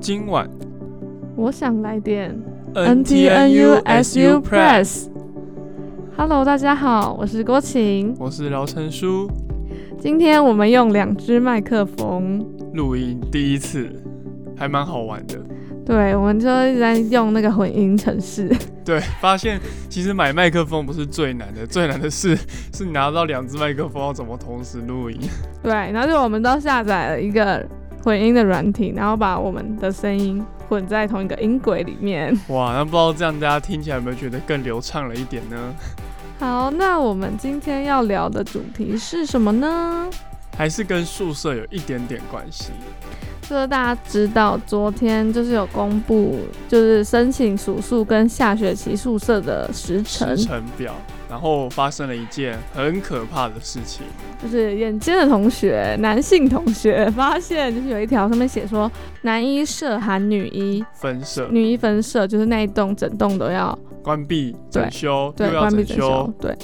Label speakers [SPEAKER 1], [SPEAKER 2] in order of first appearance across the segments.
[SPEAKER 1] 今晚
[SPEAKER 2] 我想来点
[SPEAKER 1] NTNU SU Press，
[SPEAKER 2] Hello，大家好，我是郭晴。
[SPEAKER 1] 我是饶成书，
[SPEAKER 2] 今天我们用两只麦克风，
[SPEAKER 1] 录音第一次，还蛮好玩的。
[SPEAKER 2] 对，我们就一直在用那个混音程式。
[SPEAKER 1] 对，发现其实买麦克风不是最难的，最难的是 是你拿到两只麦克风要怎么同时录音。
[SPEAKER 2] 对，然后就我们都下载了一个混音的软体，然后把我们的声音混在同一个音轨里面。
[SPEAKER 1] 哇，那不知道这样大家听起来有没有觉得更流畅了一点呢？
[SPEAKER 2] 好，那我们今天要聊的主题是什么呢？
[SPEAKER 1] 还是跟宿舍有一点点关系。
[SPEAKER 2] 就是大家知道，昨天就是有公布，就是申请暑宿跟下学期宿舍的时程
[SPEAKER 1] 时，程表，然后发生了一件很可怕的事情。
[SPEAKER 2] 就是眼尖的同学，男性同学发现，就是有一条上面写说，男一社含女一，
[SPEAKER 1] 分社
[SPEAKER 2] 女一分社，就是那一栋整栋都要
[SPEAKER 1] 关闭
[SPEAKER 2] 对
[SPEAKER 1] 整修，
[SPEAKER 2] 对
[SPEAKER 1] 又要
[SPEAKER 2] 关闭
[SPEAKER 1] 整
[SPEAKER 2] 整修，对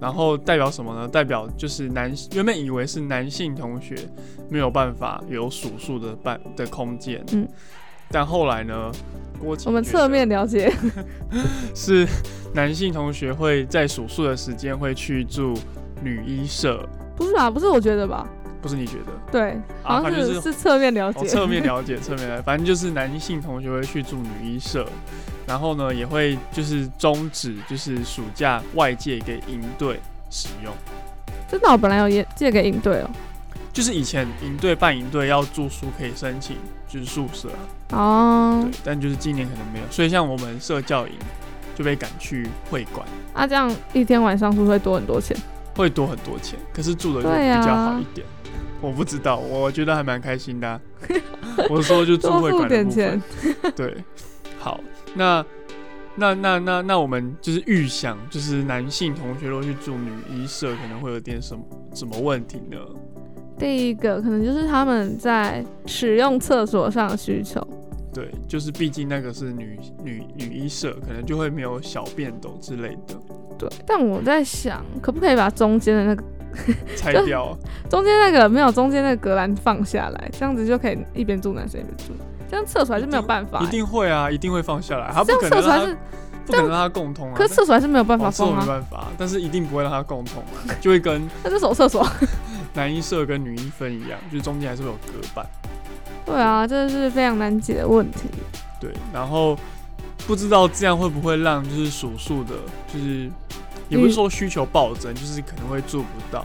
[SPEAKER 1] 然后代表什么呢？代表就是男原本以为是男性同学没有办法有数数的办的空间，
[SPEAKER 2] 嗯，
[SPEAKER 1] 但后来呢，郭
[SPEAKER 2] 我
[SPEAKER 1] 琴
[SPEAKER 2] 们
[SPEAKER 1] 觉
[SPEAKER 2] 侧
[SPEAKER 1] 得
[SPEAKER 2] 面了解，
[SPEAKER 1] 是男性同学会在数数的时间会去住女一社，
[SPEAKER 2] 不是吧？不是我觉得吧？
[SPEAKER 1] 不是你觉得？
[SPEAKER 2] 对，
[SPEAKER 1] 啊
[SPEAKER 2] 好像
[SPEAKER 1] 反正
[SPEAKER 2] 是、
[SPEAKER 1] 就是
[SPEAKER 2] 侧面了
[SPEAKER 1] 哦，
[SPEAKER 2] 解，
[SPEAKER 1] 侧面了解，侧面了解， 反正就是男性同学会去住女一社，然后呢也会就是终止就是暑假外界给营队使用。
[SPEAKER 2] 这那我本来有也借给应对哦，
[SPEAKER 1] 就是以前营队办营队要住宿可以申请，就是宿舍啊，
[SPEAKER 2] 哦
[SPEAKER 1] 对，，但就是今年可能没有，所以像我们社教营就被赶去会馆，
[SPEAKER 2] 啊，这样一天晚上是不是会多很多钱？
[SPEAKER 1] 会多很多钱，可是住的就
[SPEAKER 2] 对啊
[SPEAKER 1] 比较好一点。我不知道，我觉得还蛮开心的 啊、我说就住
[SPEAKER 2] 多
[SPEAKER 1] 会
[SPEAKER 2] 付
[SPEAKER 1] 馆的
[SPEAKER 2] 点
[SPEAKER 1] 部
[SPEAKER 2] 钱
[SPEAKER 1] 分，，对，好，那那那那那我们就是预想，就是男性同学如果去住女一社，可能会有点什么什么问题呢？
[SPEAKER 2] 第一个可能就是他们在使用厕所上的需求，
[SPEAKER 1] 对，就是毕竟那个是女女女医社，可能就会没有小便斗之类的，
[SPEAKER 2] 对，但我在想，可不可以把中间的那个
[SPEAKER 1] 拆掉啊。
[SPEAKER 2] 中间那个没有中间那个隔栏放下来，这样子就可以一边住男生一边住，这样厕所还是没有办法、欸
[SPEAKER 1] 一定会啊，一定会放下来，他
[SPEAKER 2] 这
[SPEAKER 1] 不
[SPEAKER 2] 样
[SPEAKER 1] 可
[SPEAKER 2] 厕
[SPEAKER 1] 能
[SPEAKER 2] 所还
[SPEAKER 1] 让
[SPEAKER 2] 是
[SPEAKER 1] 他，不可能让他共通啊。
[SPEAKER 2] 可是厕所还是没有办
[SPEAKER 1] 那
[SPEAKER 2] 法
[SPEAKER 1] 哦这种
[SPEAKER 2] 放
[SPEAKER 1] 没
[SPEAKER 2] 啊，
[SPEAKER 1] 办法，但是一定不会让他共通啊，就会跟
[SPEAKER 2] 那是手 厕所。
[SPEAKER 1] 男医社跟女医分一样，就是中间还是会有隔板。
[SPEAKER 2] 对啊，这是非常难解的问题。
[SPEAKER 1] 对，然后不知道这样会不会让就是数数的，就是也
[SPEAKER 2] 嗯
[SPEAKER 1] 不是说需求暴增，就是可能会做不到。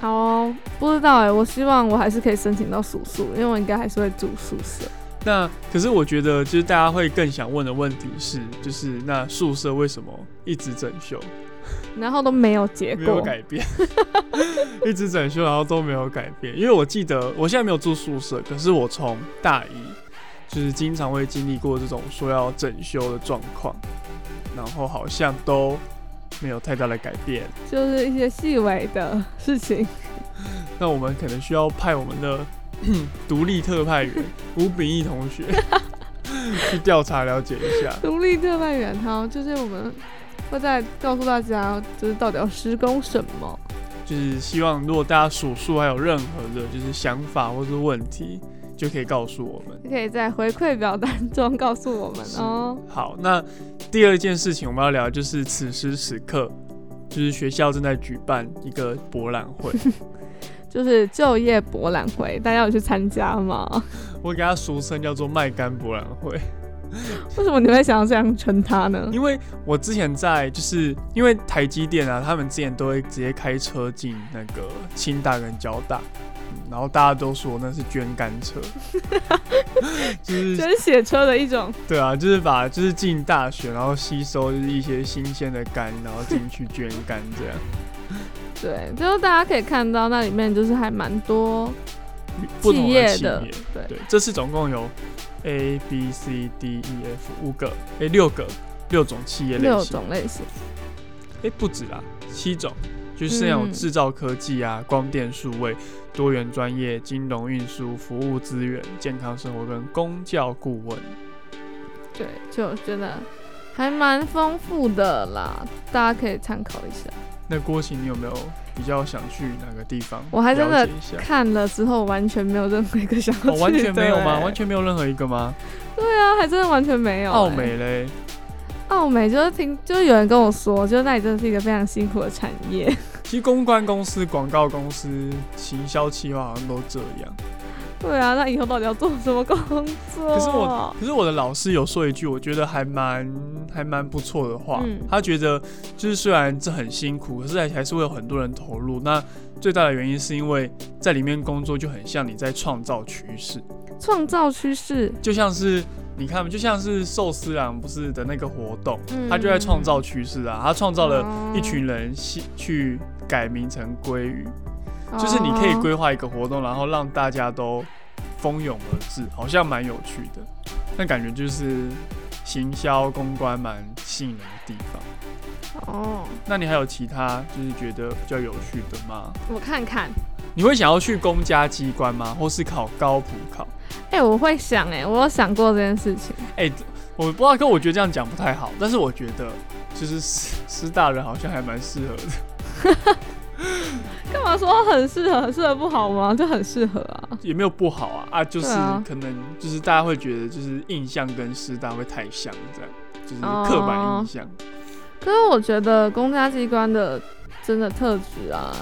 [SPEAKER 2] 好哦、不知道哎、我希望我还是可以申请到宿宿，因为我应该还是会住宿舍。
[SPEAKER 1] 那可是我觉得，就是大家会更想问的问题是，就是那宿舍为什么一直整修
[SPEAKER 2] 然后都没有结
[SPEAKER 1] 没有
[SPEAKER 2] 果，
[SPEAKER 1] 改变？ 一直整修，然后都没有改变。因为我记得我现在没有住宿舍，可是我从大一就是经常会经历过这种说要整修的状况，然后好像都没有太大的改变。
[SPEAKER 2] 就是一些细微的事情。
[SPEAKER 1] 那我们可能需要派我们的 独立特派员吴秉义同学 去调查了解一下。
[SPEAKER 2] 独立特派员哈，就是我们会再告诉大家，就是到底要施工什么。
[SPEAKER 1] 就是希望如果大家数数还有任何的就是想法或是问题，就可以告诉我们。
[SPEAKER 2] 可以在回馈表单中告诉我们
[SPEAKER 1] 是
[SPEAKER 2] 哦。
[SPEAKER 1] 好，那第二件事情我们要聊的就是此时此刻，就是学校正在举办一个博览会，
[SPEAKER 2] 就是就业博览会，大家有去参加吗？
[SPEAKER 1] 我给它俗称叫做麦干博览会。
[SPEAKER 2] 为什么你会想要这样称它呢？
[SPEAKER 1] 因为我之前在，就是因为台积电啊，他们之前都会直接开车进那个清大跟交大，嗯然后大家都说那是捐干车，就是
[SPEAKER 2] 真写车的一种，
[SPEAKER 1] 对啊，就是把就是进大学，然后吸收就是一些新鲜的肝，然后进去捐肝这 样，
[SPEAKER 2] 对，就是大家可以看到那里面就是还蛮多
[SPEAKER 1] 不同
[SPEAKER 2] 企
[SPEAKER 1] 的
[SPEAKER 2] 业
[SPEAKER 1] 企
[SPEAKER 2] 的
[SPEAKER 1] 业，，
[SPEAKER 2] 对，
[SPEAKER 1] 对，这次总共有 A B C D E F 五个，哎六个六种企业类
[SPEAKER 2] 六
[SPEAKER 1] 型，
[SPEAKER 2] 种类型，
[SPEAKER 1] 哎、不止啦，七种，就是那种
[SPEAKER 2] 嗯
[SPEAKER 1] 制造科技啊、光电数位、多元专业、金融运输、服务资源、健康生活跟公教顾问。
[SPEAKER 2] 对，就觉得还蛮丰富的啦，大家可以参考一下。
[SPEAKER 1] 那郭琴，你有没有比较想去哪个地方？
[SPEAKER 2] 我还真的
[SPEAKER 1] 了解一下
[SPEAKER 2] 看了之后完全没有任何一个想要去的、
[SPEAKER 1] 哦，完全没 有吗？
[SPEAKER 2] 欸
[SPEAKER 1] 完全没有任何一个吗？
[SPEAKER 2] 对啊，还真的完全没有、欸。
[SPEAKER 1] 澳美嘞，
[SPEAKER 2] 澳美就是听，就是有人跟我说，就是那里真的是一个非常辛苦的产业。
[SPEAKER 1] 其实公关公司、广告公司、行销企划好像都这样。
[SPEAKER 2] 对啊，那以后到底要做什么工作？
[SPEAKER 1] 可是我，可是我的老师有说一句，我觉得还蛮还蛮不错的话。
[SPEAKER 2] 嗯
[SPEAKER 1] 他觉得就是虽然这很辛苦，可是还还是会有很多人投入。那最大的原因是因为在里面工作就很像你在创造趋势，
[SPEAKER 2] 创造趋势，
[SPEAKER 1] 就像是你看，就像是寿司郎不是的那个活动，
[SPEAKER 2] 嗯
[SPEAKER 1] 他就在创造趋势啊，他创造了
[SPEAKER 2] 哦
[SPEAKER 1] 一群人去去改名成鲑鱼。
[SPEAKER 2] 哦
[SPEAKER 1] 就是你可以规划一个活动，然后让大家都蜂拥而至，好像蛮有趣的。那感觉就是行销公关蛮吸引人的地方。
[SPEAKER 2] 哦。哦
[SPEAKER 1] 那你还有其他就是觉得比较有趣的吗？
[SPEAKER 2] 我看看，
[SPEAKER 1] 你会想要去公家机关吗？或是考高普考？
[SPEAKER 2] 哎、我会想、哎，我有想过这件事情。
[SPEAKER 1] 哎、我不知道，可我觉得这样讲不太好。但是我觉得，就是师师大人好像还蛮适合的。
[SPEAKER 2] 干嘛说很适合，适合不好吗？就很适合啊。
[SPEAKER 1] 也没有不好啊啊，就是
[SPEAKER 2] 对啊
[SPEAKER 1] 可能就是大家会觉得就是印象跟师大会太像这样，就是刻
[SPEAKER 2] 哦
[SPEAKER 1] 板印象。
[SPEAKER 2] 可是我觉得公家机关的真的特质啊，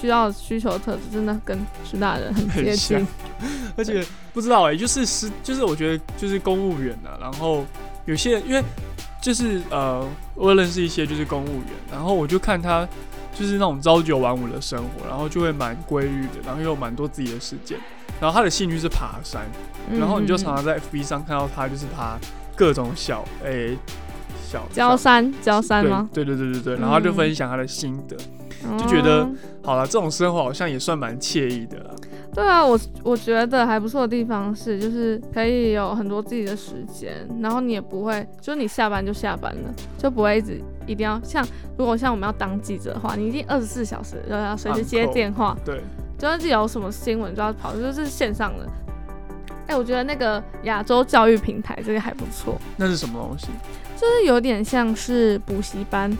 [SPEAKER 2] 需要需求的特质真的跟师大人很接近
[SPEAKER 1] 很。而且不知道哎、就是师就是我觉得就是公务员啊，然后有些人因为就是呃，我有认识一些就是公务员，然后我就看他就是那种朝九晚五的生活，然后就会蛮规律的，然后又有蛮多自己的时间，然后他的兴趣是爬山，然后你就常
[SPEAKER 2] 嗯嗯
[SPEAKER 1] 常在 FB 上看到他就是爬各种小哎、小
[SPEAKER 2] 嗯焦山焦山
[SPEAKER 1] 对
[SPEAKER 2] 吗？
[SPEAKER 1] 对对对对对，然后他就
[SPEAKER 2] 嗯
[SPEAKER 1] 分享他的心得。就觉得
[SPEAKER 2] 嗯
[SPEAKER 1] 好了，这种生活好像也算蛮惬意的啦。
[SPEAKER 2] 对啊，我我觉得还不错的地方是，就是可以有很多自己的时间，然后你也不会，就是你下班就下班了，就不会一直一定要像如果像我们要当记者的话，你一定二十四小时都要随时接
[SPEAKER 1] On call
[SPEAKER 2] 电话，
[SPEAKER 1] 对，
[SPEAKER 2] 就是有什么新闻就要跑，就是线上的。哎、我觉得那个亚洲教育平台这个还不错，
[SPEAKER 1] 那是什么东西？
[SPEAKER 2] 就是有点像是补习班，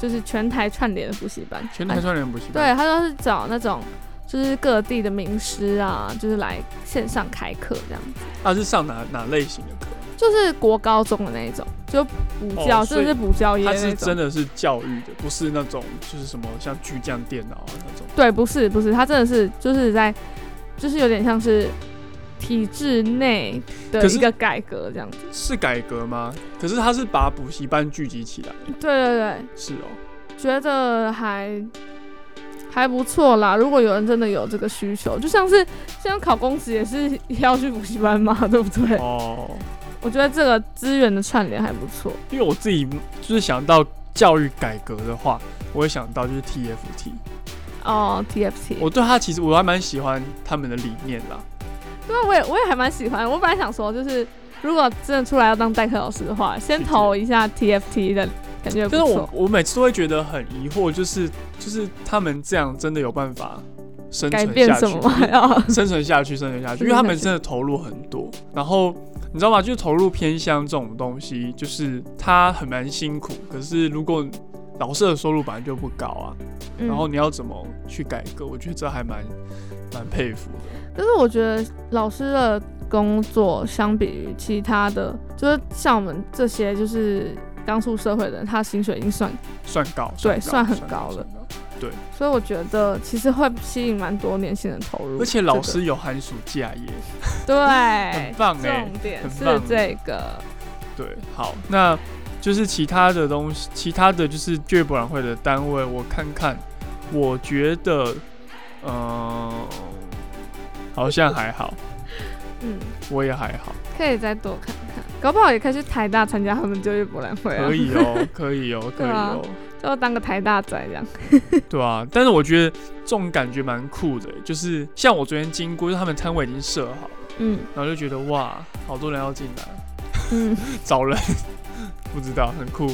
[SPEAKER 2] 就是全台串联的补习班，
[SPEAKER 1] 全台串联补习班。
[SPEAKER 2] 哎对，啊他说是找那种就是各地的名师啊，就是来线上开课这样，
[SPEAKER 1] 对，啊，是上哪哪类型的课？
[SPEAKER 2] 就是国高中的那一种，就补教，
[SPEAKER 1] 哦
[SPEAKER 2] 真的是补教业
[SPEAKER 1] 它
[SPEAKER 2] 那
[SPEAKER 1] 是真
[SPEAKER 2] 种。
[SPEAKER 1] 的是教育的，不是那种就是什么像巨匠电脑啊那种。
[SPEAKER 2] 对，不是不是，他真的是就是在，就是有点像是体制内的
[SPEAKER 1] 可是
[SPEAKER 2] 一个改革这样子。
[SPEAKER 1] 是改革吗？可是它是把补习班聚集起来。
[SPEAKER 2] 对对对，
[SPEAKER 1] 是哦，
[SPEAKER 2] 觉得还还不错啦。如果有人真的有这个需求，就像是像考公职也是 要去补习班嘛，对不对？
[SPEAKER 1] 哦，
[SPEAKER 2] 我觉得这个资源的串联还不错。
[SPEAKER 1] 因为我自己就是想到教育改革的话，我会想到就是 TFT。
[SPEAKER 2] 哦，TFT，
[SPEAKER 1] 我对他其实我还蛮喜欢他们的理念啦。
[SPEAKER 2] 对啊，我也我也还蛮喜欢。我本来想说，就是如果真的出来要当代课老师的话，先投一下 TFT 的感觉不
[SPEAKER 1] 但是我
[SPEAKER 2] 错。
[SPEAKER 1] 我每次都会觉得很疑惑，就是就是他们这样真的有办法生
[SPEAKER 2] 改
[SPEAKER 1] 存
[SPEAKER 2] 变
[SPEAKER 1] 下去
[SPEAKER 2] 什么哦
[SPEAKER 1] 吗？
[SPEAKER 2] 呀？
[SPEAKER 1] 生存下去，生存下去，因为他们真的投入很多。然后你知道吗？就是投入偏乡这种东西，就是它很蛮辛苦。可是如果老师的收入本来就不高啊，
[SPEAKER 2] 嗯
[SPEAKER 1] 然后你要怎么去改革？我觉得这还蛮蛮佩服的。
[SPEAKER 2] 但是我觉得老师的工作相比于其他的，就是像我们这些就是刚出社会的人，他薪水已经算，
[SPEAKER 1] 算高，
[SPEAKER 2] 对
[SPEAKER 1] 算
[SPEAKER 2] 算很高了。
[SPEAKER 1] 算
[SPEAKER 2] 所以我觉得其实会吸引蛮多年轻人投入。
[SPEAKER 1] 而且老
[SPEAKER 2] 这个
[SPEAKER 1] 师有寒暑假耶。
[SPEAKER 2] 对，
[SPEAKER 1] 很棒欸
[SPEAKER 2] 重点
[SPEAKER 1] 很
[SPEAKER 2] 是
[SPEAKER 1] 棒
[SPEAKER 2] 这个。
[SPEAKER 1] 对，好，那就是其他的东西，其他的就是就业博览会的单位，我看看，我觉得，呃，好像还好，
[SPEAKER 2] 嗯，
[SPEAKER 1] 我也还好，
[SPEAKER 2] 可以再多看看，搞不好也可以去台大参加他们就业博览会啊，
[SPEAKER 1] 可以 哦，可以哦，可以哦，
[SPEAKER 2] 就当个台大仔这样。
[SPEAKER 1] 对啊，但是我觉得这种感觉蛮酷的，就是像我昨天经过，就是他们摊位已经设好，
[SPEAKER 2] 嗯
[SPEAKER 1] 然后就觉得哇，好多人要进来，
[SPEAKER 2] 嗯，
[SPEAKER 1] 找人，不知道，很酷，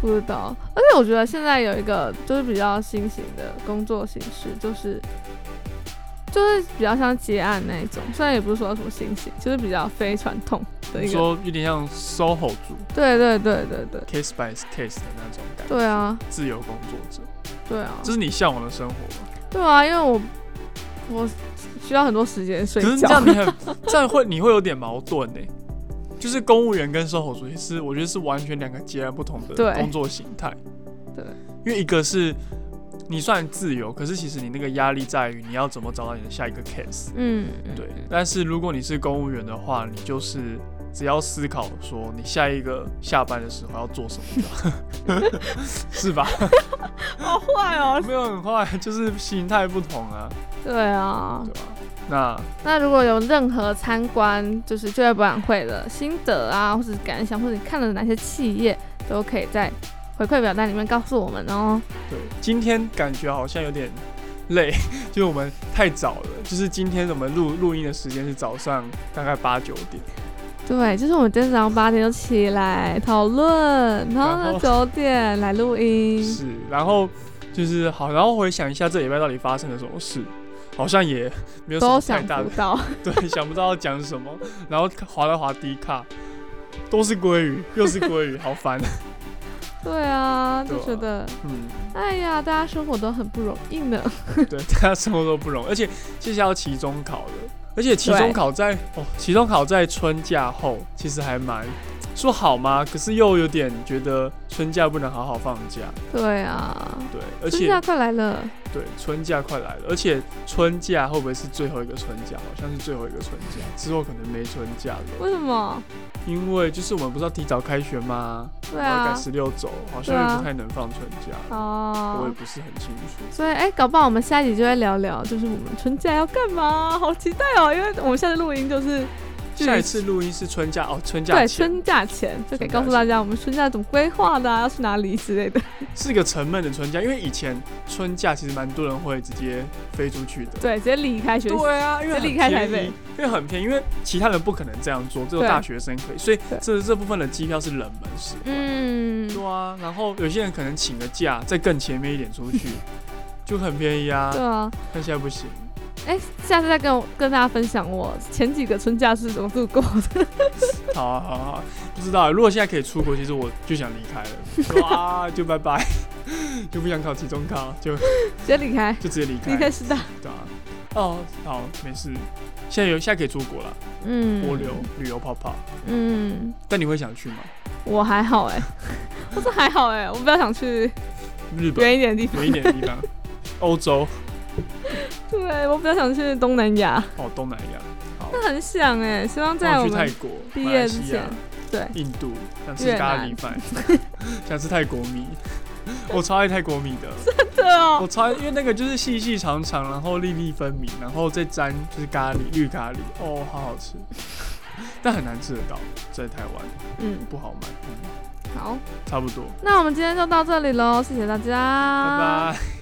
[SPEAKER 2] 不知道。而且我觉得现在有一个就是比较新型的工作形式，就是就是比较像接案那一种，虽然也不是说什么新型，就是比较非传统的
[SPEAKER 1] 你
[SPEAKER 2] 一个。
[SPEAKER 1] 说有点像 SOHO 族
[SPEAKER 2] 对对对对对
[SPEAKER 1] case by case 的那种感觉，
[SPEAKER 2] 对啊，
[SPEAKER 1] 自由工作者。
[SPEAKER 2] 对啊，
[SPEAKER 1] 这是你向往的生活吗。
[SPEAKER 2] 对啊，因为我我需要很多时间睡
[SPEAKER 1] 可是这
[SPEAKER 2] 觉
[SPEAKER 1] 样。你很 这样会你会有点矛盾呢、就是公务员跟售后主义是我觉得是完全两个截然不同的
[SPEAKER 2] 对
[SPEAKER 1] 工作形态。
[SPEAKER 2] 对，
[SPEAKER 1] 因为一个是你算自由，可是其实你那个压力在于你要怎么找到你的下一个 case。
[SPEAKER 2] 嗯，
[SPEAKER 1] 对，但是如果你是公务员的话，你就是只要思考说你下一个下班的时候要做什么 就好，是吧？
[SPEAKER 2] 好坏哦。
[SPEAKER 1] 没有很坏，就是形态不同啊，
[SPEAKER 2] 对啊
[SPEAKER 1] 对，吧？那
[SPEAKER 2] 那如果有任何参观就是就业博览会的心得啊，或是感想，或者你看了哪些企业，都可以在回馈表单里面告诉我们哦。
[SPEAKER 1] 对，今天感觉好像有点累， 就是我们太早了，就是今天我们录录音的时间是早上大概八九点，
[SPEAKER 2] 对，就是我们今天早上八点就起来讨论，然后
[SPEAKER 1] 然
[SPEAKER 2] 呢
[SPEAKER 1] 后
[SPEAKER 2] 九点来录音。
[SPEAKER 1] 是，然后就是好，然后回想一下这礼拜到底发生了什么事，好像也没有什
[SPEAKER 2] 都
[SPEAKER 1] 么太
[SPEAKER 2] 想
[SPEAKER 1] 大
[SPEAKER 2] 不
[SPEAKER 1] 的，
[SPEAKER 2] 到，
[SPEAKER 1] 对，想不到要讲什么，然后滑了滑低卡，都是鲑鱼，又是鲑鱼，好烦，
[SPEAKER 2] 对啊，
[SPEAKER 1] 对
[SPEAKER 2] 就
[SPEAKER 1] 啊
[SPEAKER 2] 觉得，
[SPEAKER 1] 嗯，
[SPEAKER 2] 哎呀，大家生活都很不容易呢。
[SPEAKER 1] 对， 大家生活都不容易，而且接下来要期中考了，而且期中
[SPEAKER 2] 对
[SPEAKER 1] 考在哦，期中考在春假后，其实还蛮说好吗？可是又有点觉得春假不能好好放假，
[SPEAKER 2] 对啊，
[SPEAKER 1] 对，而
[SPEAKER 2] 春
[SPEAKER 1] 且
[SPEAKER 2] 假快来了，
[SPEAKER 1] 对春假快来了，而且春假会不会是最后一个春假？好像是最后一个春假，之后可能没春假了，
[SPEAKER 2] 为什么？
[SPEAKER 1] 因为就是我们不是要提早开学吗？
[SPEAKER 2] 对
[SPEAKER 1] 然后
[SPEAKER 2] 啊
[SPEAKER 1] 改，十六周，好
[SPEAKER 2] 对
[SPEAKER 1] 像
[SPEAKER 2] 啊
[SPEAKER 1] 又不太能放春假，我也
[SPEAKER 2] 哦，
[SPEAKER 1] 不是很清楚。
[SPEAKER 2] 所以哎、搞不好我们下一集就会聊聊，就是我们春假要干嘛，好期待哦！因为我们下次录音就是距离
[SPEAKER 1] 下一次录音是春假哦，春假
[SPEAKER 2] 对
[SPEAKER 1] 前
[SPEAKER 2] 春假前，就可
[SPEAKER 1] 春
[SPEAKER 2] 以
[SPEAKER 1] 假
[SPEAKER 2] 告诉大家我们春假怎么规划的、啊，要去哪里之类的。
[SPEAKER 1] 是个沉闷的春假，因为以前春假其实蛮多人会直接飞出去的。
[SPEAKER 2] 对，直接离开学校。
[SPEAKER 1] 对啊，因为
[SPEAKER 2] 直接
[SPEAKER 1] 很
[SPEAKER 2] 离开台
[SPEAKER 1] 便宜
[SPEAKER 2] 北，
[SPEAKER 1] 因为很便宜，因为其他人不可能这样做，只有
[SPEAKER 2] 对
[SPEAKER 1] 大学生可以，所以
[SPEAKER 2] 对
[SPEAKER 1] 这这部分的机票是冷门时段。
[SPEAKER 2] 嗯，
[SPEAKER 1] 对啊，然后有些人可能请个假，再更前面一点出去，就很便宜啊
[SPEAKER 2] 对。啊，
[SPEAKER 1] 但现在不行，
[SPEAKER 2] 哎、下次再跟我跟大家分享我前几个春假是怎么度过的。
[SPEAKER 1] 好啊好啊好啊，不知道啊。如果现在可以出国，其实我就想离开了，哇，就拜拜，就不想考期中考，就
[SPEAKER 2] 直接离开，
[SPEAKER 1] 就直接离开
[SPEAKER 2] 离，开师大。
[SPEAKER 1] 对啊。哦，好，没事。现在有现在可以出国了，
[SPEAKER 2] 嗯，
[SPEAKER 1] 波流旅游泡泡，
[SPEAKER 2] 嗯，
[SPEAKER 1] 但你会想去吗？
[SPEAKER 2] 我还好哎、 我说还好哎、我比较想去
[SPEAKER 1] 日本
[SPEAKER 2] 远一点的地方。
[SPEAKER 1] 远一点的地 方，欧洲
[SPEAKER 2] 对，我比较想去东南亚，
[SPEAKER 1] 哦，东南亚，
[SPEAKER 2] 那很想哎、希望在
[SPEAKER 1] 想
[SPEAKER 2] 我
[SPEAKER 1] 哦去泰
[SPEAKER 2] 们
[SPEAKER 1] 国、
[SPEAKER 2] 毕
[SPEAKER 1] 马来
[SPEAKER 2] 业之
[SPEAKER 1] 西亚
[SPEAKER 2] 前、，对
[SPEAKER 1] 印度，想吃
[SPEAKER 2] 越
[SPEAKER 1] 咖
[SPEAKER 2] 南
[SPEAKER 1] 喱饭， 想吃泰国米，我超爱泰国米的，
[SPEAKER 2] 对哦
[SPEAKER 1] 我，超爱，因为那个就是细细长长，然后粒粒分明，然后再沾就是咖喱绿咖喱，哦，好好 吃，但很难吃得到，在台湾
[SPEAKER 2] 嗯，
[SPEAKER 1] 不好买，嗯
[SPEAKER 2] 好，
[SPEAKER 1] 差不多，
[SPEAKER 2] 那我们今天就到这里喽，谢谢大家，
[SPEAKER 1] 拜拜。